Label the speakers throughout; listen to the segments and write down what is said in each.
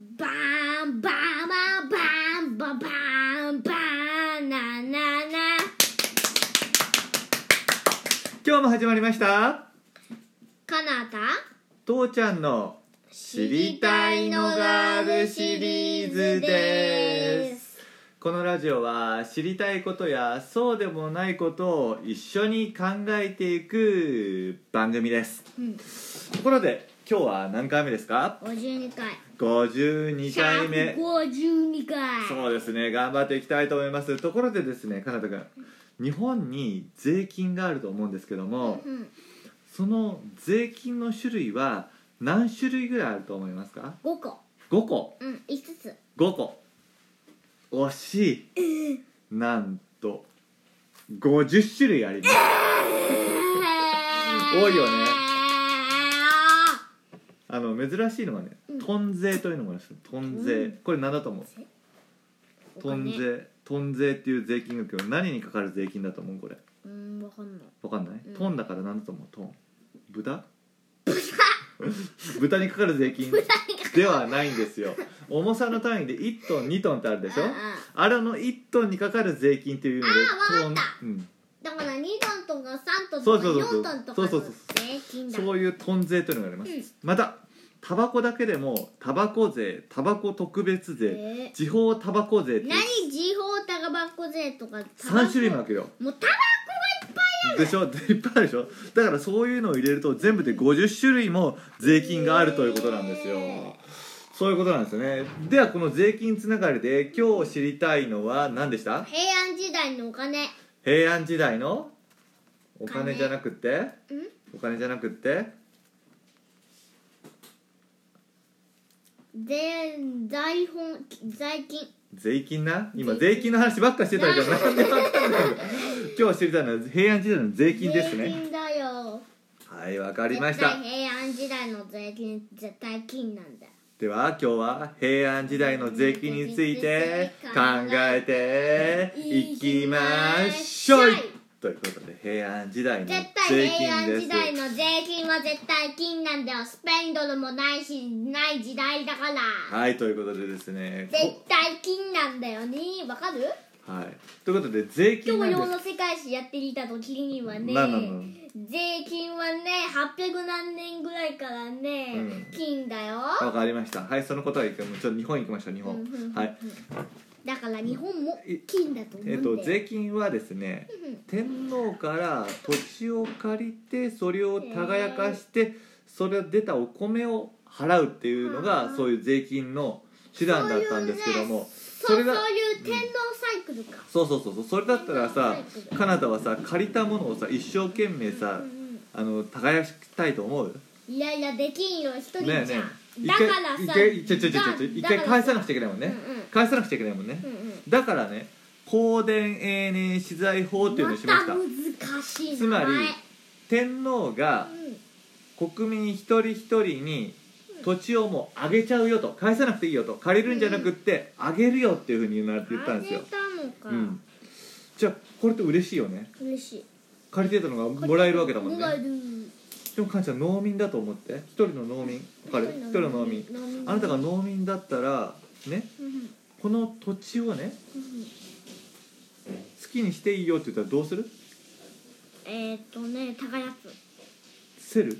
Speaker 1: バーンバーマーバーンバーンバーンバーンナナナ
Speaker 2: 今日も始まりました
Speaker 1: かなた
Speaker 2: 父ちゃんの知りたいのがあるシリーズですこのラジオは知りたいことやそうでもないことを一緒に考えていく番組です
Speaker 1: うん
Speaker 2: ところで今日は何回目ですか
Speaker 1: 52回
Speaker 2: 52回目
Speaker 1: 52回
Speaker 2: そうですね頑張っていきたいと思いますところでですねかなたくん日本に税金があると思うんですけども
Speaker 1: うん
Speaker 2: その税金の種類は何種類ぐらいあると思いますか
Speaker 1: 5個
Speaker 2: 5個
Speaker 1: うん5つ
Speaker 2: 5個惜しいなんと50種類あります
Speaker 1: 多
Speaker 2: いよねあの珍しいのがね
Speaker 1: うん
Speaker 2: 豚税というのもあります豚
Speaker 1: う
Speaker 2: 税
Speaker 1: ん
Speaker 2: これ何だと思う豚税豚税っていう税金がけど何にかかる税金だと思うこれ
Speaker 1: うんわかんない
Speaker 2: わかんない
Speaker 1: うん
Speaker 2: 豚だから何だと思う豚豚豚にかかる税金ではないんですよ重さの単位で1トン2トンってあるでしょ
Speaker 1: うんうん
Speaker 2: あれの1トンにかかる税金というので
Speaker 1: あーわかった
Speaker 2: トンうん
Speaker 1: だから2トンとか3トン
Speaker 2: そ
Speaker 1: とか
Speaker 2: うそうそうそう
Speaker 1: 4トンとかの
Speaker 2: そうそう
Speaker 1: 税金だ
Speaker 2: そういう豚税というのがあります、
Speaker 1: うん
Speaker 2: またタバコだけでもタバコ税タバコ特別税
Speaker 1: え
Speaker 2: 地方タバコ税って
Speaker 1: ー
Speaker 2: いう
Speaker 1: 何時報タバコ税とかタバコ
Speaker 2: 3種類もあるよ
Speaker 1: もうタ
Speaker 2: でしょいっぱいあるでしょだからそういうのを入れると全部で50種類も税金があるということなんですよ、
Speaker 1: へ
Speaker 2: そういうことなんですよねではこの税金つながりで今日知りたいのは何でした
Speaker 1: 平安時代のお金ん
Speaker 2: 平安時代のお金じゃなくてお金じゃなくて
Speaker 1: 税財本財金
Speaker 2: 税金な今税金の話ばっかしてたじゃんなんでわか んないの今日知りたいのは平安時代の税金です
Speaker 1: 税
Speaker 2: ね
Speaker 1: 金だよ
Speaker 2: はいわかりました
Speaker 1: 絶対平安時代の税金絶対金なんだ
Speaker 2: では今日は平安時代の税金について考えていきましょうということで平安時代の税
Speaker 1: 絶対平
Speaker 2: 金
Speaker 1: 安
Speaker 2: で
Speaker 1: 時
Speaker 2: す
Speaker 1: 代の税金は絶対金なんだよスペインドルもないしない時代だから、
Speaker 2: はいということでですね
Speaker 1: 絶対金なんだよねわかる
Speaker 2: こはいということで税
Speaker 1: 教
Speaker 2: 金なんで
Speaker 1: 養
Speaker 2: す
Speaker 1: の世界史やっていた時にはね
Speaker 2: ななな
Speaker 1: 税金はね800何年ぐらいからね、
Speaker 2: うん
Speaker 1: 金だよ
Speaker 2: わかりましたはいそのことはいいからもうちょっと日本行きましょう日
Speaker 1: う
Speaker 2: 本
Speaker 1: んうんうん
Speaker 2: はい
Speaker 1: だから日本も金だと思うんだ
Speaker 2: え
Speaker 1: よ
Speaker 2: っと税金はですね
Speaker 1: うんうん
Speaker 2: 天皇から土地を借りてそれを耕してそれを出たお米を払うっていうの
Speaker 1: あ
Speaker 2: が
Speaker 1: ー
Speaker 2: そういう税金の手段だったんですけども
Speaker 1: そ
Speaker 2: そうれ
Speaker 1: そう
Speaker 2: が
Speaker 1: いう天皇サイクルか、
Speaker 2: そうそうそうそうそれだったらさ
Speaker 1: 天皇サイクル
Speaker 2: カナダはさ借りたものをさ一生懸命さ
Speaker 1: うん
Speaker 2: あの耕したいと思う
Speaker 1: うんいやいやできんよ一人
Speaker 2: ね
Speaker 1: じゃん、
Speaker 2: えねえ
Speaker 1: だからさ
Speaker 2: 一回一回ちょちょちょちょ一回返さなく
Speaker 1: ゃ
Speaker 2: ちゃいけないもんね
Speaker 1: うんうん
Speaker 2: 返さなくちゃいけないもんね
Speaker 1: うんうん
Speaker 2: だからね公伝永年資材法っていうのをしました
Speaker 1: また難しい
Speaker 2: つまり天皇が国民一人一人に土地をもうあげちゃうよと返さなくていいよと借りるんじゃなくってあげるよっていうふうに言うなって言ったんですよ
Speaker 1: あ、げたのか、
Speaker 2: うん、じゃあこれって嬉しいよね
Speaker 1: 嬉しい
Speaker 2: 借りてたのがもらえるわけだもん
Speaker 1: もらえ
Speaker 2: ね
Speaker 1: る
Speaker 2: でもかんちゃん農民だと思って一人の農民彼一人の農民あなたが農民だったらね
Speaker 1: うんうん
Speaker 2: この土地をね
Speaker 1: うん
Speaker 2: 好きにしていいよって言ったらどうする
Speaker 1: えーっとね高安
Speaker 2: せる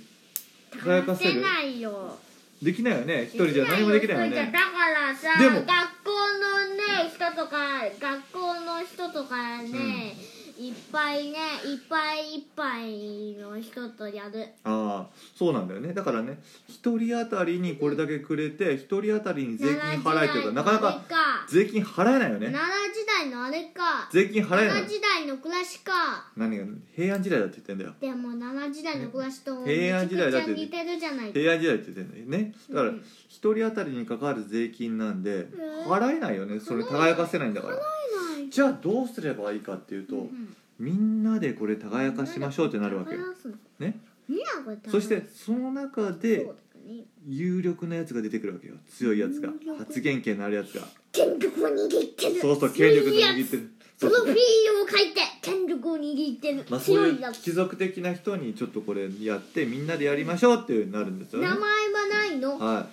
Speaker 1: 高
Speaker 2: 輝
Speaker 1: 安
Speaker 2: か
Speaker 1: せ
Speaker 2: せる
Speaker 1: ないよ
Speaker 2: できないよね一人じゃ何もできな
Speaker 1: 一
Speaker 2: いよ
Speaker 1: 人じゃ
Speaker 2: ね
Speaker 1: だからさ
Speaker 2: でも
Speaker 1: 学校のね人とか学校の人とかね、いっぱいねいっぱいいっぱいの人とやる
Speaker 2: ああそうなんだよねだからね一人当たりにこれだけくれて一人当たりに税金払えというかなかなか税金払えないよ
Speaker 1: 奈
Speaker 2: ね
Speaker 1: 良時代のあれか
Speaker 2: 税金払えな
Speaker 1: 奈
Speaker 2: い
Speaker 1: 良時代の暮らしか
Speaker 2: 何が平安時代だって言ってんだよ
Speaker 1: でも奈良時代の暮らしと
Speaker 2: 平安時代だって
Speaker 1: めちゃくちゃ似てるじゃない
Speaker 2: 平安時代って言ってんだよねだから
Speaker 1: うん
Speaker 2: 一人当たりにかかる税金なんで
Speaker 1: ん
Speaker 2: 払えないよねそれ耕せないんだから
Speaker 1: ない
Speaker 2: じゃあどうすればいいかっていうと
Speaker 1: うん
Speaker 2: みんなでこれ耕しましょうってなるわけよ
Speaker 1: 高安すの
Speaker 2: ね
Speaker 1: みんなこれ高安
Speaker 2: そしてその中
Speaker 1: そ
Speaker 2: で
Speaker 1: うだね
Speaker 2: 有力なやつが出てくるわけよ強いやつが
Speaker 1: 有力
Speaker 2: 発言権のあるやつが
Speaker 1: 権力を握ってる
Speaker 2: そうそう権力で握って
Speaker 1: る
Speaker 2: る
Speaker 1: プ
Speaker 2: そう
Speaker 1: ロ
Speaker 2: そう
Speaker 1: フィールを書いて権力を握ってる、
Speaker 2: まあ、そう
Speaker 1: 強
Speaker 2: い
Speaker 1: いうやつ
Speaker 2: 貴族的な人にちょっとこれやってみんなでやりましょうっていうようになるんですよ
Speaker 1: 名前
Speaker 2: ね
Speaker 1: はないの
Speaker 2: は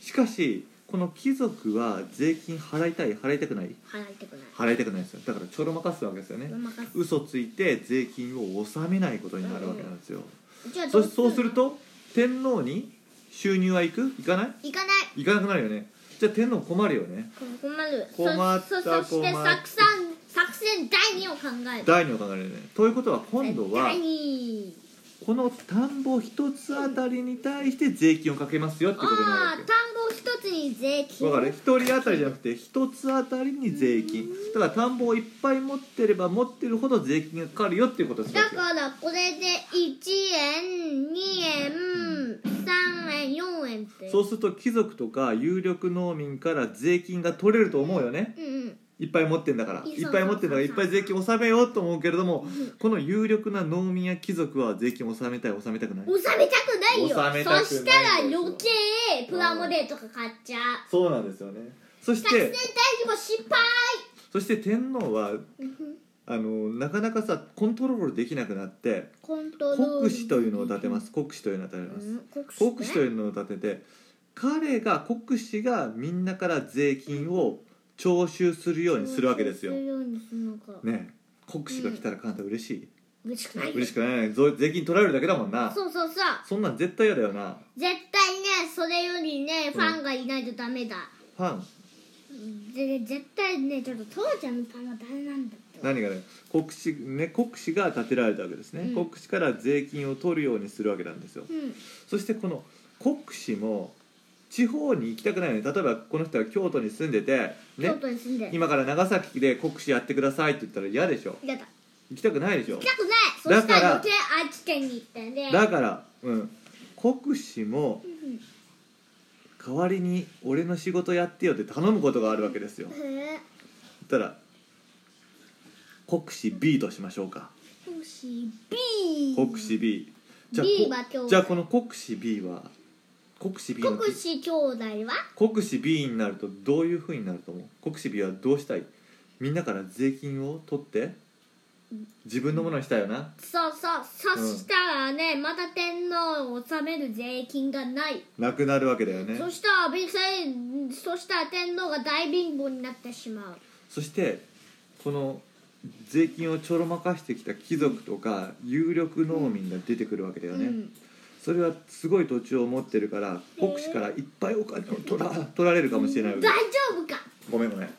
Speaker 2: いしかしこの貴族は税金払いたい払いたくない
Speaker 1: 払いたくない
Speaker 2: 払いたくないですよだからちょろまかすわけですよね
Speaker 1: ごまかす
Speaker 2: 嘘ついて税金を納めないことになるわけなんですよ、
Speaker 1: じゃあど
Speaker 2: そうそうすると天皇に収入はいくいかない
Speaker 1: 行かない
Speaker 2: いかなくなるよねじゃあ天皇困るよね
Speaker 1: 困るそ
Speaker 2: 困った
Speaker 1: そそして
Speaker 2: 困った
Speaker 1: 作戦作戦第二を考える
Speaker 2: 第二を考えるよねということは今度は
Speaker 1: 第二
Speaker 2: この田んぼ一つあたりに対して税金をかけますよってことになるわ
Speaker 1: ああ
Speaker 2: け
Speaker 1: ー田んぼ一つに税金
Speaker 2: わかる一人当たりじゃなくて一つ当たりに税金だから田んぼをいっぱい持ってれば持ってるほど税金がかかるよっていうことですわ
Speaker 1: だ
Speaker 2: けよ
Speaker 1: からこれで一円二円三円四円って
Speaker 2: そうすると貴族とか有力農民から税金が取れると思うよね
Speaker 1: うんうん
Speaker 2: いっぱい持ってんだから
Speaker 1: いい
Speaker 2: いっぱい持ってんだからいっぱい税金納めようと思うけれどもこの有力な農民や貴族は税金納めたい納めたくない
Speaker 1: 納めたくないよ
Speaker 2: 納めたくないよ
Speaker 1: そしたら余計プラモデルとか買っちゃう
Speaker 2: そうなんですよねそし
Speaker 1: 作戦大
Speaker 2: て
Speaker 1: 事も失敗
Speaker 2: そして天皇はあのなかなかさコントロールできなくなって
Speaker 1: コントロール
Speaker 2: 国司というのを立てます国司というのを立てます、国司といううのを立てて彼が国司がみんなから税金を徴収するようにするわけですよ。
Speaker 1: するようにするのか
Speaker 2: ねえ国司が来たらカナダ嬉しい、
Speaker 1: 嬉しくない
Speaker 2: 嬉しくないぞ税金取られるだけだもんな
Speaker 1: そうそうそう
Speaker 2: そんなん絶対嫌だよな
Speaker 1: 絶対ねそれよりねファンがいないとダメだ、
Speaker 2: ファン
Speaker 1: で絶対ねちょっと父ちゃんのパンがダメなんだって
Speaker 2: 何がね国司ね国司が立てられたわけですね、
Speaker 1: うん
Speaker 2: 国司から税金を取るようにするわけなんですよ
Speaker 1: うん
Speaker 2: そしてこの国司も地方に行きたくないよね例えばこの人が京都に住んでてね
Speaker 1: 京都に住んでる
Speaker 2: 今から長崎で国司やってくださいって言ったら嫌でしょ
Speaker 1: やだ
Speaker 2: 行きたくないでしょ
Speaker 1: 痛くないそ
Speaker 2: だ
Speaker 1: し
Speaker 2: から
Speaker 1: たら余計愛知県に行ったんで
Speaker 2: だからうん国司も代わりに俺の仕事やってよって頼むことがあるわけですよ
Speaker 1: うんへえ
Speaker 2: だから国司 B としましょうか
Speaker 1: 国士 B
Speaker 2: 国司 B じゃあ
Speaker 1: B
Speaker 2: こ
Speaker 1: は兄弟
Speaker 2: じゃあこの国司 B は国司 B の
Speaker 1: 国士兄弟は
Speaker 2: 国司 B になるとどういうふうになると思う国司 B はどうしたいみんなから税金を取って自分のものにしたいよな
Speaker 1: そうそうそしたらね、また天皇を治める税金がない、
Speaker 2: なくなるわけだよね
Speaker 1: そしたらびっくりそしたら天皇が大貧乏になってしまう
Speaker 2: そしてこの税金をちょろまかしてきた貴族とか有力農民が出てくるわけだよね、
Speaker 1: うん
Speaker 2: それはすごい土地を持ってるから国司からいっぱいお金を取ら取られるかもしれないわ
Speaker 1: 大
Speaker 2: け
Speaker 1: 丈夫か
Speaker 2: ごめんごめん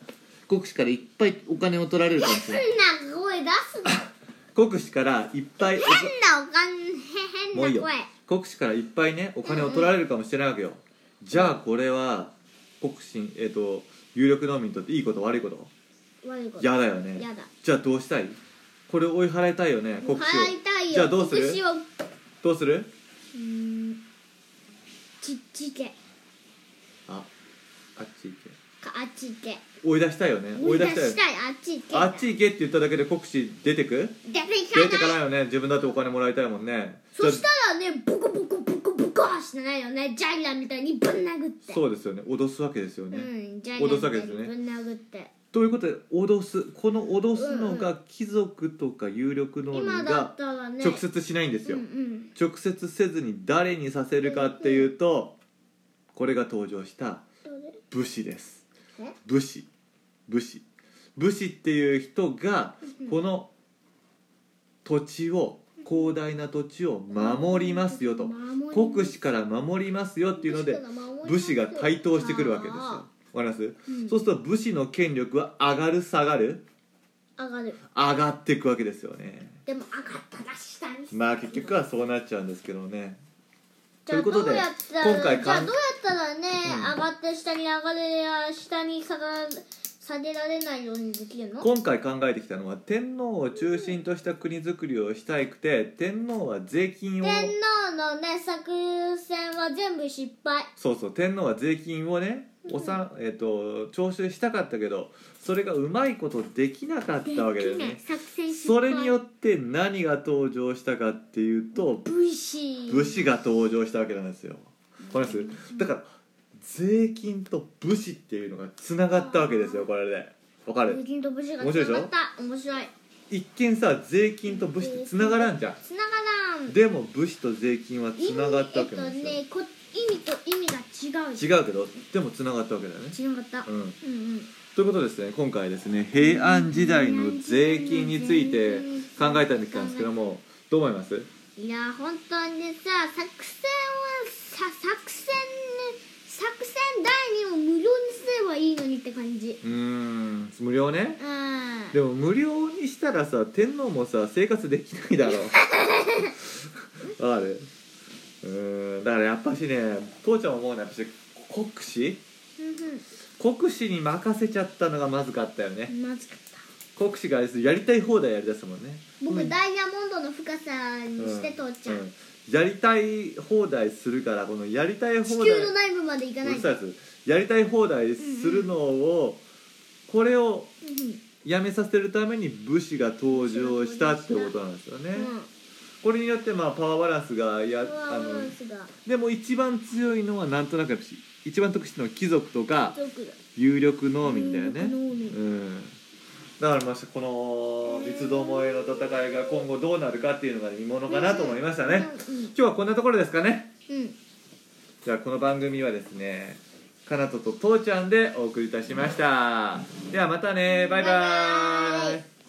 Speaker 2: 国司からいっぱいお金を取られるかもしれない
Speaker 1: 変な声出すな
Speaker 2: 国司からいっぱい
Speaker 1: 変
Speaker 2: お金
Speaker 1: なおかんへ
Speaker 2: もういい
Speaker 1: 変な
Speaker 2: よ
Speaker 1: 声
Speaker 2: 国司からいっぱいねお金を取られるかもしれないわけよ、じゃあこれは国司えっ、と有力農民にとっていいこと悪いこと
Speaker 1: 悪いこと
Speaker 2: 嫌だよね
Speaker 1: やだ
Speaker 2: じゃあどうしたいこれ追い払いたいよね
Speaker 1: もう
Speaker 2: 国司を
Speaker 1: 払いたいよ
Speaker 2: じゃあどうする
Speaker 1: 国士をう
Speaker 2: どうする
Speaker 1: ーんちっちけ
Speaker 2: ああっち行け
Speaker 1: かあっち行け
Speaker 2: 追い出したいよね追
Speaker 1: 追
Speaker 2: い
Speaker 1: い
Speaker 2: 出
Speaker 1: 出
Speaker 2: したいよ
Speaker 1: し
Speaker 2: ね
Speaker 1: たいあっち行け
Speaker 2: あっち行けって言っただけで国司出てく
Speaker 1: 出ていか
Speaker 2: 出
Speaker 1: ない
Speaker 2: てかないよね自分だってお金もらいたいもんね
Speaker 1: そし
Speaker 2: じゃ
Speaker 1: たらねボコボコボコボコはしてないよねジャイアンみたいにぶん殴って
Speaker 2: あそうですよね脅すわけですよね、
Speaker 1: うんジャイアンみたいにぶん殴って
Speaker 2: ということで脅すこの脅すのが貴族とか有力農
Speaker 1: 今
Speaker 2: 民
Speaker 1: だ
Speaker 2: が
Speaker 1: ったらね
Speaker 2: 直接しないんです
Speaker 1: うん
Speaker 2: よ、
Speaker 1: うん
Speaker 2: 直接せずに誰にさせるかっていうとこれが登場した武士です
Speaker 1: え
Speaker 2: 武士武士武士っていう人がこの土地を広大な土地を守りますよと
Speaker 1: 守り
Speaker 2: 国司から守りますよっていうので武士が台頭してくるわけですよ
Speaker 1: あ
Speaker 2: わかります
Speaker 1: ーうん
Speaker 2: そうすると武士の権力は上がる下がる
Speaker 1: 上がる
Speaker 2: 上がっていくわけですよね
Speaker 1: でも上がったら下に
Speaker 2: まあ結局はそうなっちゃうんですけどね
Speaker 1: じゃあ
Speaker 2: ということで
Speaker 1: どうやったら
Speaker 2: 今回
Speaker 1: じゃあ
Speaker 2: かん
Speaker 1: どうやったらね、
Speaker 2: うん
Speaker 1: 上がって下に上がれや下に下が下げられないようにできるの
Speaker 2: 今回考えてきたのは天皇を中心とした国づくりをしたいくて天皇は税金を
Speaker 1: 天皇のね作戦は全部失敗
Speaker 2: そうそう天皇は税金をねおさ、えっと徴収したかったけどそれがうまいことできなかったわけですね
Speaker 1: 作戦失敗
Speaker 2: それによって何が登場したかっていうと
Speaker 1: 武士
Speaker 2: 武士が登場したわけなんですよわかりますだから税金と武士っていうのがつながったわけですよこれでわか
Speaker 1: 武
Speaker 2: る
Speaker 1: 士と武士が
Speaker 2: 面白
Speaker 1: つ
Speaker 2: いでしょ
Speaker 1: ながった面白い
Speaker 2: 一見さ税金と武士ってつながらんじゃん
Speaker 1: つながらん
Speaker 2: でも武士と税金はつながったわけなんですよ、
Speaker 1: えっとねこ意味と意味が違う
Speaker 2: 違うけどでもつながったわけだよね、
Speaker 1: 違かった、う
Speaker 2: う
Speaker 1: ん
Speaker 2: ん、
Speaker 1: うん
Speaker 2: ということですね今回ですね平安時代の税金について考えたんですけどもどう思います
Speaker 1: いや本当にさ作戦はさ作戦ね作戦第2を無料にすればいいのにって感じ
Speaker 2: うーん無料ね
Speaker 1: うん
Speaker 2: でも無料にしたらさ天皇もさ生活できな いだろうわかるうーんだからやっぱしね父ちゃん思うのはやっぱし国史
Speaker 1: う
Speaker 2: 国史に任せちゃったのがまずかったよね
Speaker 1: んうんまずかった
Speaker 2: 国史があれですやりたい放題やりだしたもんね
Speaker 1: 僕、
Speaker 2: うん
Speaker 1: ダイヤモンドの深さにして父ちゃん、
Speaker 2: うんやりたい放題するからこのやりたい
Speaker 1: 地
Speaker 2: 放題
Speaker 1: 球の内部まで行か
Speaker 2: う
Speaker 1: ない
Speaker 2: るさいやつやりたい放題するのを、これをやめさせるために武士が登場したってことなんですよね、
Speaker 1: うんうん
Speaker 2: これによってまあパワーバランスがや
Speaker 1: パ
Speaker 2: あ
Speaker 1: ワーバラン
Speaker 2: の
Speaker 1: スが
Speaker 2: でも一番強いのはなんとなくやっぱし一番得したのは貴族とか
Speaker 1: 強くなる
Speaker 2: 有力農民だよね、
Speaker 1: 農民
Speaker 2: うん、だからまあこの三つどもえの戦いが今後どうなるかっていうのが見ものかなと思いましたね、今日はこんなところですかね
Speaker 1: うんうん
Speaker 2: じゃあこの番組はですねかなとと父ちゃんでお送りいたしましたではまたねバイバ
Speaker 1: バイバ
Speaker 2: イ
Speaker 1: イ